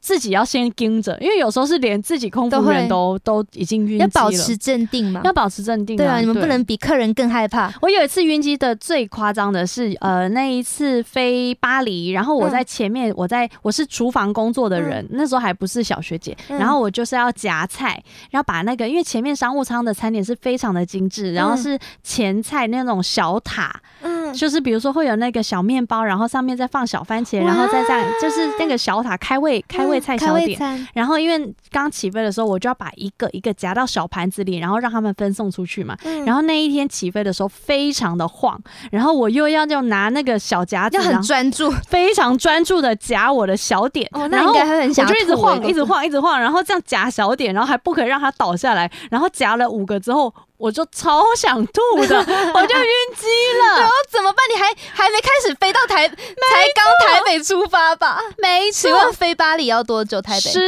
Speaker 1: 自己要先盯着，因为有时候是连自己空
Speaker 2: 都
Speaker 1: 服
Speaker 2: 会
Speaker 1: 员都都已经晕机了，
Speaker 2: 要保持镇定嘛。
Speaker 1: 要保持镇定、
Speaker 2: 对啊，你们不能比客人更害怕。
Speaker 1: 我有一次晕机的最夸张的是，呃，那一次飞巴黎，然后
Speaker 2: 嗯
Speaker 1: 我在前面，我在我是厨房工作的人，那时候还不是小学姐，
Speaker 2: 嗯
Speaker 1: 然后我就是要夹菜，然后把那个因为前面商务舱的餐点是非常的精致，然后是前菜那种小塔，
Speaker 2: 嗯，
Speaker 1: 就是比如说会有那个小面包，然后上面再放小番茄，
Speaker 2: 哇嗯
Speaker 1: 然后再这样就是那个小塔开胃开胃菜
Speaker 2: 开
Speaker 1: 小
Speaker 2: 胃
Speaker 1: 点。
Speaker 2: 餐，
Speaker 1: 然后因为刚起飞的时候，我就要把一个一个夹到小盘子里，然后让他们分送出去嘛。然
Speaker 2: 后
Speaker 1: 后那一天起飞的时候非常的晃，然后我又要就拿那个小夹子，
Speaker 2: 要
Speaker 1: 然
Speaker 2: 很
Speaker 1: 后
Speaker 2: 专注。
Speaker 1: 非常专注的夹我的小点，
Speaker 2: 哦，那
Speaker 1: 然后
Speaker 2: 应该会很
Speaker 1: 我
Speaker 2: [LAUGHS] 想
Speaker 1: 就一直
Speaker 2: 吐
Speaker 1: 晃，
Speaker 2: 欸
Speaker 1: 一直。晃，一直晃，然后这样夹小点，然后还不可以让它倒下来，然后夹了五个之后，我就超想吐的，
Speaker 2: [LAUGHS]
Speaker 1: 我就晕机
Speaker 2: 对
Speaker 1: 了
Speaker 2: 哦。，怎么办？你还还没开始飞到台，才刚台北出发吧？
Speaker 1: 没
Speaker 2: 请问飞巴黎要多久？台北？
Speaker 1: 十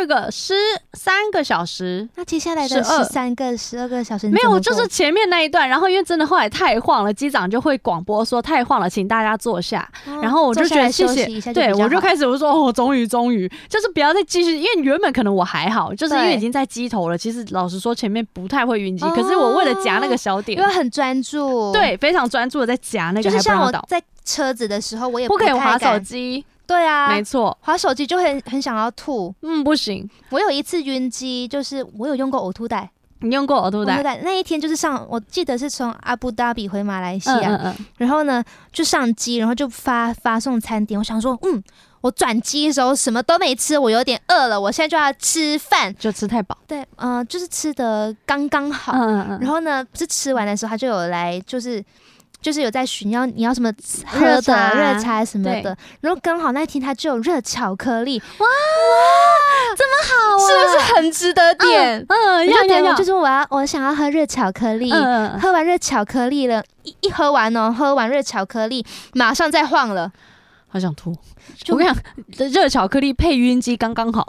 Speaker 1: 二个、十三个小时。
Speaker 2: 那接下来的
Speaker 1: 12
Speaker 2: 十三个、十二个小时你
Speaker 1: 没
Speaker 2: 怎么
Speaker 1: 有，
Speaker 2: 过
Speaker 1: 就是前面那一段，然后因为真的后来太晃了，机长就会广播说太晃了，请大家坐下。
Speaker 2: 哦
Speaker 1: 然后我就
Speaker 2: 坐下
Speaker 1: 觉得
Speaker 2: 来
Speaker 1: 谢
Speaker 2: 休
Speaker 1: 谢
Speaker 2: 息一下
Speaker 1: 对，
Speaker 2: 比较
Speaker 1: 我就
Speaker 2: 好
Speaker 1: 开始我说哦，终于终于，就是不要再继续，因为原本可能我还好，就是因为
Speaker 2: 对
Speaker 1: 已经在机头了。其实老实说，前面不太会晕机，
Speaker 2: 哦
Speaker 1: 可是我为了夹那个小
Speaker 2: 因
Speaker 1: 点
Speaker 2: 为，很专注。，
Speaker 1: 对，非常专注的在夹那个，
Speaker 2: 就是
Speaker 1: 还不让
Speaker 2: 像
Speaker 1: 它
Speaker 2: 我
Speaker 1: 倒，
Speaker 2: 在车子的时候，我也
Speaker 1: 不可以
Speaker 2: 太
Speaker 1: 划手
Speaker 2: 敢。
Speaker 1: 机，
Speaker 2: 对啊，
Speaker 1: 没错，
Speaker 2: 划手机就很很想要吐。
Speaker 1: 嗯，不行，
Speaker 2: 我有一次晕机，就是我有用过呕吐袋，
Speaker 1: 你用过呕吐
Speaker 2: 呕吐
Speaker 1: 袋？
Speaker 2: 袋那一天就是上，我记得是从阿布达比回马来西
Speaker 1: 嗯
Speaker 2: 亚，
Speaker 1: 嗯嗯，
Speaker 2: 然后呢就上机，然后就发发送餐点。我想说，嗯，我转机的时候什么都没吃，我有点饿了，我现在就要吃饭。
Speaker 1: 就吃太饱，
Speaker 2: 对，呃，就是吃的刚刚好。
Speaker 1: 嗯嗯
Speaker 2: 然后呢，不是吃完的时候他就有来，就是就是有在寻要你要什么喝
Speaker 1: 热
Speaker 2: 的
Speaker 1: 茶
Speaker 2: 热茶什么
Speaker 1: 对
Speaker 2: 的。然后刚好那天他就有热巧克
Speaker 1: [LAUGHS]
Speaker 2: 力，哇，
Speaker 1: 是
Speaker 2: 是很值得
Speaker 1: 嗯？嗯，
Speaker 2: 我
Speaker 1: 要
Speaker 2: 就点
Speaker 1: 要
Speaker 2: 我
Speaker 1: 要，
Speaker 2: 就是我要我想要喝热巧克力。
Speaker 1: 嗯嗯
Speaker 2: 喝完热巧克力了，一一喝完哦，喝完热巧克力，马上再晃了，
Speaker 1: 好想吐。
Speaker 2: 就
Speaker 1: 我跟你讲，热巧克力配晕机刚
Speaker 2: [LAUGHS]
Speaker 1: 刚好，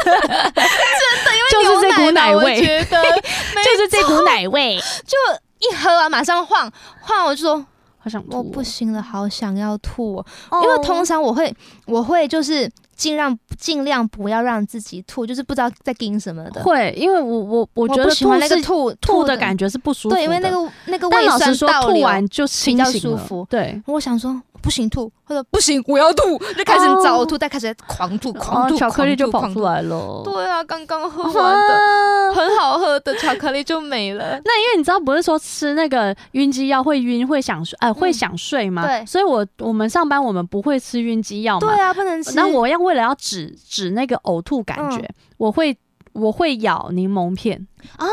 Speaker 1: 真的，
Speaker 2: 牛
Speaker 1: 就是这股
Speaker 2: 吧
Speaker 1: 奶
Speaker 2: 我
Speaker 1: 味，
Speaker 2: 觉
Speaker 1: [LAUGHS]
Speaker 2: 得
Speaker 1: 就是这股奶味，
Speaker 2: 就一喝完马上晃晃，我就说
Speaker 1: 好想吐哦，
Speaker 2: 我不行了，好想要吐、哦。
Speaker 1: 因
Speaker 2: 因为通常我会，我会就是尽量尽量不要让自己吐，就是不知道在盯什么的。
Speaker 1: 会，因为我我我觉
Speaker 2: 我
Speaker 1: 得
Speaker 2: 不喜欢那个
Speaker 1: 是
Speaker 2: 吐
Speaker 1: 吐的
Speaker 2: 觉，
Speaker 1: 感觉是不舒服的，
Speaker 2: 对，因为那个那个
Speaker 1: 但
Speaker 2: 胃
Speaker 1: 老实
Speaker 2: 酸
Speaker 1: 说，
Speaker 2: 倒
Speaker 1: 吐
Speaker 2: 流。
Speaker 1: 完就清
Speaker 2: 较
Speaker 1: 醒
Speaker 2: 舒
Speaker 1: 了
Speaker 2: 服
Speaker 1: 对。
Speaker 2: 我想说不行吐，或者不行我要吐，就开始你找我吐，再开始狂吐狂
Speaker 1: 哦
Speaker 2: 吐，
Speaker 1: 巧克力就跑
Speaker 2: 狂
Speaker 1: 出
Speaker 2: 吐。
Speaker 1: 来了。
Speaker 2: 对啊，刚刚喝完的
Speaker 1: 啊，
Speaker 2: 很好喝的巧克力就没了。
Speaker 1: [LAUGHS] 那因为你知道，不是说吃那个晕机药会晕会想睡，呃，会
Speaker 2: 嗯
Speaker 1: 想睡吗？
Speaker 2: 对
Speaker 1: 所以我我们上班我们不会吃晕机药嘛。
Speaker 2: 对啊，不能吃。
Speaker 1: 那我要为了要止止那个呕吐感
Speaker 2: 嗯
Speaker 1: 觉，我会我会咬柠檬片
Speaker 2: 哦，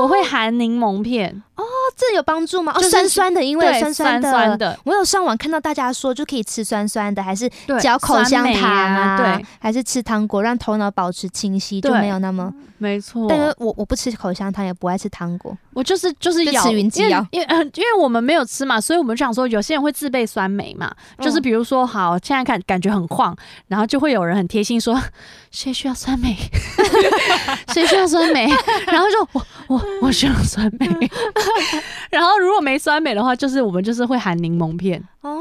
Speaker 1: 我会含柠檬片，
Speaker 2: 哦，这有帮助吗？哦，
Speaker 1: 就是
Speaker 2: 酸酸的，因为
Speaker 1: 对酸
Speaker 2: 酸的。
Speaker 1: 的，
Speaker 2: 我有上网看到大家说，就可以吃酸酸的，还是
Speaker 1: 对，
Speaker 2: 嚼口
Speaker 1: 酸
Speaker 2: 香
Speaker 1: 梅
Speaker 2: 糖
Speaker 1: 啊，对，，
Speaker 2: 还是吃糖果，让头脑保持清晰，就
Speaker 1: 对
Speaker 2: 没有那么。
Speaker 1: 没错。
Speaker 2: 但是我我不吃口香糖，也不爱吃糖果。
Speaker 1: 我就是就是
Speaker 2: 就
Speaker 1: 咬，
Speaker 2: 吃云
Speaker 1: 因
Speaker 2: 姬
Speaker 1: 为
Speaker 2: 啊
Speaker 1: 因为、呃因为我们没有吃嘛，所以我们就想说，有些人会自备酸梅嘛，就是
Speaker 2: 嗯
Speaker 1: 比如说，好，现在看感觉很晃，然后就会有人很贴心说，谁需要酸梅？ [LAUGHS] 谁需要酸梅？ [LAUGHS] 然后就我我我需要酸
Speaker 2: [LAUGHS]
Speaker 1: 梅。 [LAUGHS] 然后如果没酸梅的话，就是我们就是会含柠檬片，
Speaker 2: 哦，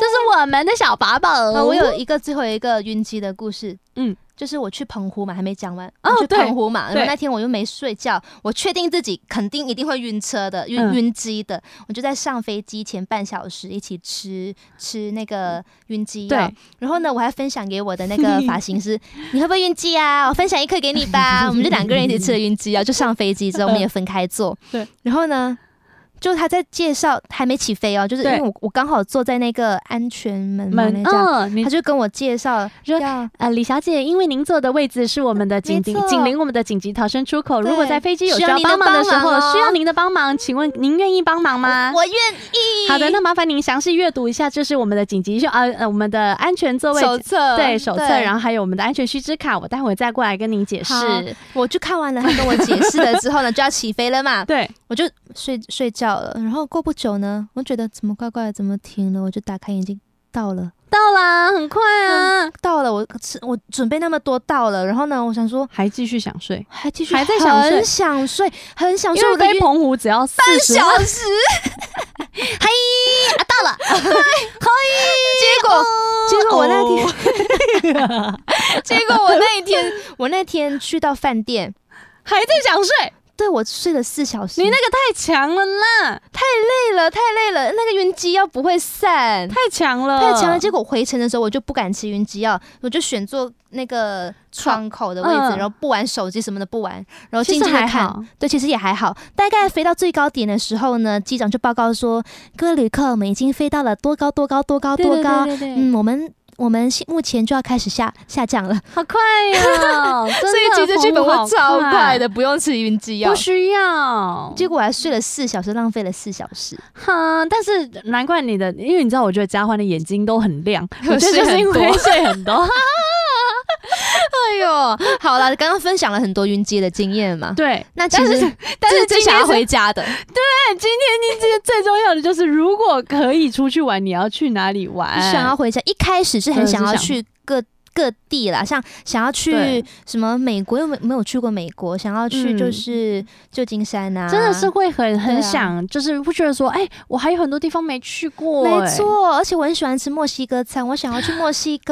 Speaker 1: 这是我们的小把宝。
Speaker 2: 啊，我有一个最后一个晕机的故事，
Speaker 1: 哦嗯
Speaker 2: 嗯，就是我去澎湖嘛，还没讲完。
Speaker 1: 哦
Speaker 2: 我去
Speaker 1: 对
Speaker 2: 澎湖嘛，然
Speaker 1: 对
Speaker 2: 后那天我又没睡觉，我确定自己肯定一定会晕车的，晕
Speaker 1: 嗯
Speaker 2: 晕机的，我就在上飞机前半小时一起吃吃那个晕机药
Speaker 1: 对。
Speaker 2: 然后呢，我还分享给我的
Speaker 1: [LAUGHS]
Speaker 2: 那个发型师，你会不会晕机啊？我分享一颗给你
Speaker 1: [LAUGHS]
Speaker 2: 吧。我们就两个人一起吃了晕机药，就上飞机之后我们也分开坐。
Speaker 1: [LAUGHS] 对，
Speaker 2: 然后呢？就他在介绍还没起飞哦，就是因
Speaker 1: 对
Speaker 2: 为我我刚好坐在那个安全门嘛
Speaker 1: 们
Speaker 2: 那叫
Speaker 1: 嗯，你
Speaker 2: 他就跟我介绍
Speaker 1: 说
Speaker 2: 要
Speaker 1: 呃，李小姐，因为您坐的位置是我们的紧急
Speaker 2: 没错
Speaker 1: 紧邻我们的紧急逃生出口，
Speaker 2: 对
Speaker 1: 如果在飞机有需
Speaker 2: 需要
Speaker 1: 要
Speaker 2: 您的
Speaker 1: 帮忙的时
Speaker 2: 帮
Speaker 1: 候，
Speaker 2: 忙哦
Speaker 1: 需要您的帮忙，请问您愿意帮忙吗？
Speaker 2: 我愿意。
Speaker 1: 好的，那麻烦您详细阅读一下，就是我们的紧急需呃呃我们的安全座位
Speaker 2: 手册
Speaker 1: 对手册，然
Speaker 2: 后
Speaker 1: 后还有我们的安全须知卡，我待会再过来跟您解释。
Speaker 2: 好我就看完了，他跟我解释了之后呢，就要起飞了嘛， [LAUGHS]
Speaker 1: 对，
Speaker 2: 我就睡睡觉了。然后过不久呢，我觉得怎么怪怪的，怎么停了？我就打开眼睛，到了，
Speaker 1: 到啦，很快啊，
Speaker 2: 到了。我吃我准备那么多到了，然后呢，我想说
Speaker 1: 还继续想睡，
Speaker 2: 还继续，
Speaker 1: 还在想睡
Speaker 2: 很想睡，很想
Speaker 1: 因
Speaker 2: 睡。
Speaker 1: 为
Speaker 2: 我的
Speaker 1: 飞
Speaker 2: 晕
Speaker 1: 澎湖只要四十哦
Speaker 2: 小时， [LAUGHS] 嘿，啊到 [LAUGHS] 了，嘿，哦结果。结果我那天， [LAUGHS] 结果我那一天， [LAUGHS] 我那天去到饭店，
Speaker 1: 还在想睡，
Speaker 2: 对我睡了四小时，
Speaker 1: 你那个太强了啦，
Speaker 2: 累了，太累了，那个晕机药不会散，嗯
Speaker 1: 太强了，
Speaker 2: 太强了。结果回程的时候，我就不敢吃晕机药，我就选坐那个窗口的位置，
Speaker 1: 嗯
Speaker 2: 然后不玩手机什么的不玩，然后
Speaker 1: 其
Speaker 2: 静
Speaker 1: 实
Speaker 2: 静的
Speaker 1: 还
Speaker 2: 哦看。
Speaker 1: 好，
Speaker 2: 对，其实也还好。大概飞到最高点的时候呢，机长就报告说，各位旅客，我们已经飞到了多高多高多高多高，
Speaker 1: 对对
Speaker 2: 嗯，我们。我们现目前就要开始下下降了，
Speaker 1: 好快
Speaker 2: [LAUGHS]
Speaker 1: 哦！
Speaker 2: 所以
Speaker 1: 真
Speaker 2: 其
Speaker 1: 的
Speaker 2: 实去
Speaker 1: 澎
Speaker 2: 本
Speaker 1: 湖
Speaker 2: 我
Speaker 1: 好
Speaker 2: 超快，的，不用吃晕机药
Speaker 1: 不。需要。
Speaker 2: 结果我还睡了四小时，浪费了四小时。
Speaker 1: 哈，但是难怪你的，因为你知道，我觉得嘉欢的眼睛都很
Speaker 2: [LAUGHS]
Speaker 1: 亮，我觉得就是因
Speaker 2: 睡
Speaker 1: 为
Speaker 2: 很多
Speaker 1: 睡很
Speaker 2: [LAUGHS]
Speaker 1: 多。
Speaker 2: [LAUGHS] 哎呦，好了，刚刚分享了很多晕机的经验嘛，
Speaker 1: 对，
Speaker 2: 那其实
Speaker 1: 但是
Speaker 2: 这
Speaker 1: 今天
Speaker 2: 想要
Speaker 1: 是
Speaker 2: 回家的，
Speaker 1: 但今天你这最重要的就是，如果可以出去玩，你要去哪里玩？
Speaker 2: 想要回家。一开始是很想要
Speaker 1: 哎真的是
Speaker 2: 去各各地啦，像想要去
Speaker 1: 对
Speaker 2: 什么美国，又没没有去过美国，想要去
Speaker 1: 嗯
Speaker 2: 就是旧金山啊，
Speaker 1: 真的是会很
Speaker 2: 对
Speaker 1: 很
Speaker 2: 啊
Speaker 1: 想，就是会觉得说，哎，我还有很多地方没去过，
Speaker 2: 没
Speaker 1: 哎。
Speaker 2: 错。而且我很喜欢吃墨西哥餐，我想要去墨西
Speaker 1: 哎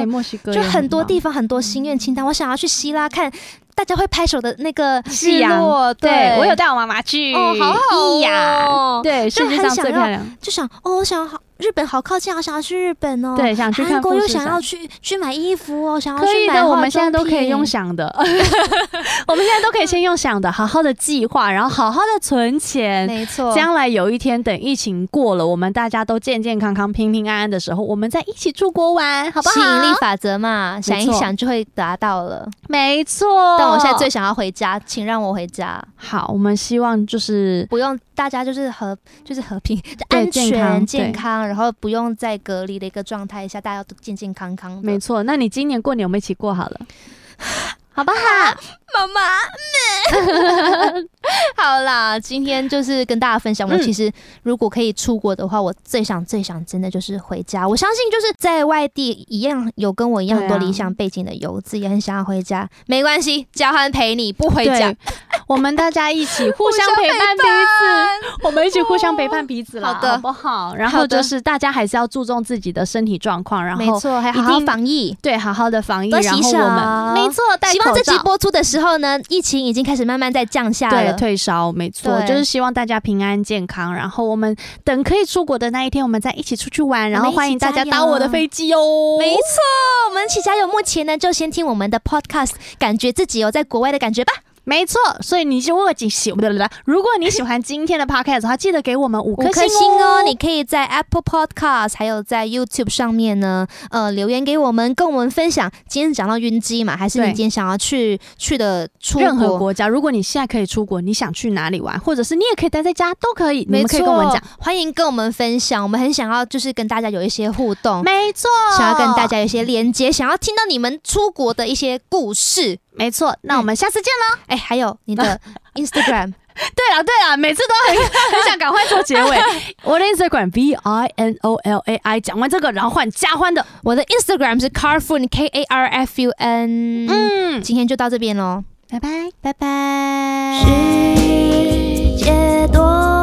Speaker 1: 对，
Speaker 2: 哥，
Speaker 1: 墨西哥
Speaker 2: 就
Speaker 1: 也
Speaker 2: 很多
Speaker 1: 棒嗯
Speaker 2: 地方很多心愿清单，我想要去希腊看大家会拍手的那个
Speaker 1: 夕
Speaker 2: 日
Speaker 1: 阳
Speaker 2: 落
Speaker 1: 对我有带我妈妈去，
Speaker 2: 哦，好好
Speaker 1: 咿呀
Speaker 2: 哦，
Speaker 1: 对，世
Speaker 2: 就
Speaker 1: 界
Speaker 2: 很
Speaker 1: 上
Speaker 2: 想
Speaker 1: 最
Speaker 2: 要
Speaker 1: 漂亮，
Speaker 2: 就想哦，我想好日本好靠近，好啊想要去日本哦。。
Speaker 1: 对，想去看
Speaker 2: 韩国
Speaker 1: 富
Speaker 2: 又
Speaker 1: 士
Speaker 2: 想
Speaker 1: 山
Speaker 2: 要去去买衣服哦，想要
Speaker 1: 可
Speaker 2: 去
Speaker 1: 以
Speaker 2: 买
Speaker 1: 的，我
Speaker 2: 化
Speaker 1: 们现在
Speaker 2: 妆
Speaker 1: 都可以用
Speaker 2: 品
Speaker 1: 想
Speaker 2: [LAUGHS]
Speaker 1: 的，我们现在都可以先用想的，好好的计划，然后好好的存钱。
Speaker 2: 没错，
Speaker 1: 将来有一天，等疫情过了，我们大家都健健康康、平平安安的时候，我们再一起出国玩，好不好？
Speaker 2: 吸引力法则嘛，想一
Speaker 1: 错哦
Speaker 2: 想就会达到了。
Speaker 1: 没错。
Speaker 2: 但我现在最想要回家，请让我回家，
Speaker 1: 好，我们希望就是
Speaker 2: 不用大家就是和就是和平，就
Speaker 1: 对
Speaker 2: 安
Speaker 1: 健
Speaker 2: 全健
Speaker 1: 康
Speaker 2: 康
Speaker 1: 对
Speaker 2: 然后不用在隔离的一个状态下，大家都健健康康的。
Speaker 1: 没错。那你今年过年我们一起过好了，好不好？
Speaker 2: 妈妈，嗯 [LAUGHS] 好啦，今天就是跟大家分享，我
Speaker 1: 嗯
Speaker 2: 其实如果可以出国的话，我最想最想真的就是回家。我相信就是在外地一样有跟我一样
Speaker 1: 对啊
Speaker 2: 多理想背景的游子，也很想要回家。没关系，交换陪你不回家
Speaker 1: 对，我们大家一起互相陪伴彼此。
Speaker 2: [LAUGHS]
Speaker 1: 我们一起互相陪伴彼此啦，
Speaker 2: 好的
Speaker 1: 好不好？然
Speaker 2: 好
Speaker 1: 后
Speaker 2: 的
Speaker 1: 就是大家还是要注重自己的身体状况，然
Speaker 2: 没
Speaker 1: 后
Speaker 2: 错，还好
Speaker 1: 一
Speaker 2: 好
Speaker 1: 定
Speaker 2: 防疫。
Speaker 1: 对好好的防疫，
Speaker 2: 多
Speaker 1: 然
Speaker 2: 洗
Speaker 1: 后
Speaker 2: 手
Speaker 1: 我们没错，戴
Speaker 2: 希
Speaker 1: 口
Speaker 2: 望这集
Speaker 1: 罩。
Speaker 2: 播出的时候呢，疫情已经开始慢慢在降下
Speaker 1: 对，
Speaker 2: 了。
Speaker 1: 退烧没错，
Speaker 2: 对
Speaker 1: 就是希望大家平安健康。然后我们等可以出国的那一天，我们再一起出去玩。然后欢迎大家搭我的飞机哦。
Speaker 2: 没错，我们一起加油。目前呢，就先听我们的 podcast，感觉自己有在国外的感觉吧。
Speaker 1: 没错，所以你就我喜喜不对不对，如果你喜欢今天的 podcast 的话，记得给我们五
Speaker 2: 五颗
Speaker 1: 星
Speaker 2: 星哦！
Speaker 1: 哦。
Speaker 2: 你可以在 Apple Podcast 还有在 YouTube 上面呢，呃，留言给我们，跟我们分享今天讲到晕机嘛，还是你
Speaker 1: 对
Speaker 2: 今天想要去去的出
Speaker 1: 任何
Speaker 2: 国
Speaker 1: 国家，如果你现在可以出国，你想去哪里玩，或者是你也可以待在家，都可以。你
Speaker 2: 没
Speaker 1: 们
Speaker 2: 错，
Speaker 1: 可以跟我们讲。，
Speaker 2: 欢迎跟我们分享，我们很想要就是跟大家有一些互动，
Speaker 1: 没错，
Speaker 2: 想要跟大，家有一些连接，想要听到你们出国的一些故事。
Speaker 1: 没错。那我们下次见喽。
Speaker 2: 哎，还有你
Speaker 1: [LAUGHS]
Speaker 2: 的 Instagram
Speaker 1: 对了对了，每次都很 [LAUGHS] 很想赶快做结 [LAUGHS] 尾。我的 Instagram V I N O L A I，讲完这个，然后换加欢的。
Speaker 2: 我的 Instagram 是 carfun k a r f u n。嗯，
Speaker 1: 嗯，
Speaker 2: 今天就到这边喽，
Speaker 1: 拜拜。
Speaker 2: 拜拜。世界多。
Speaker 1: [LAUGHS]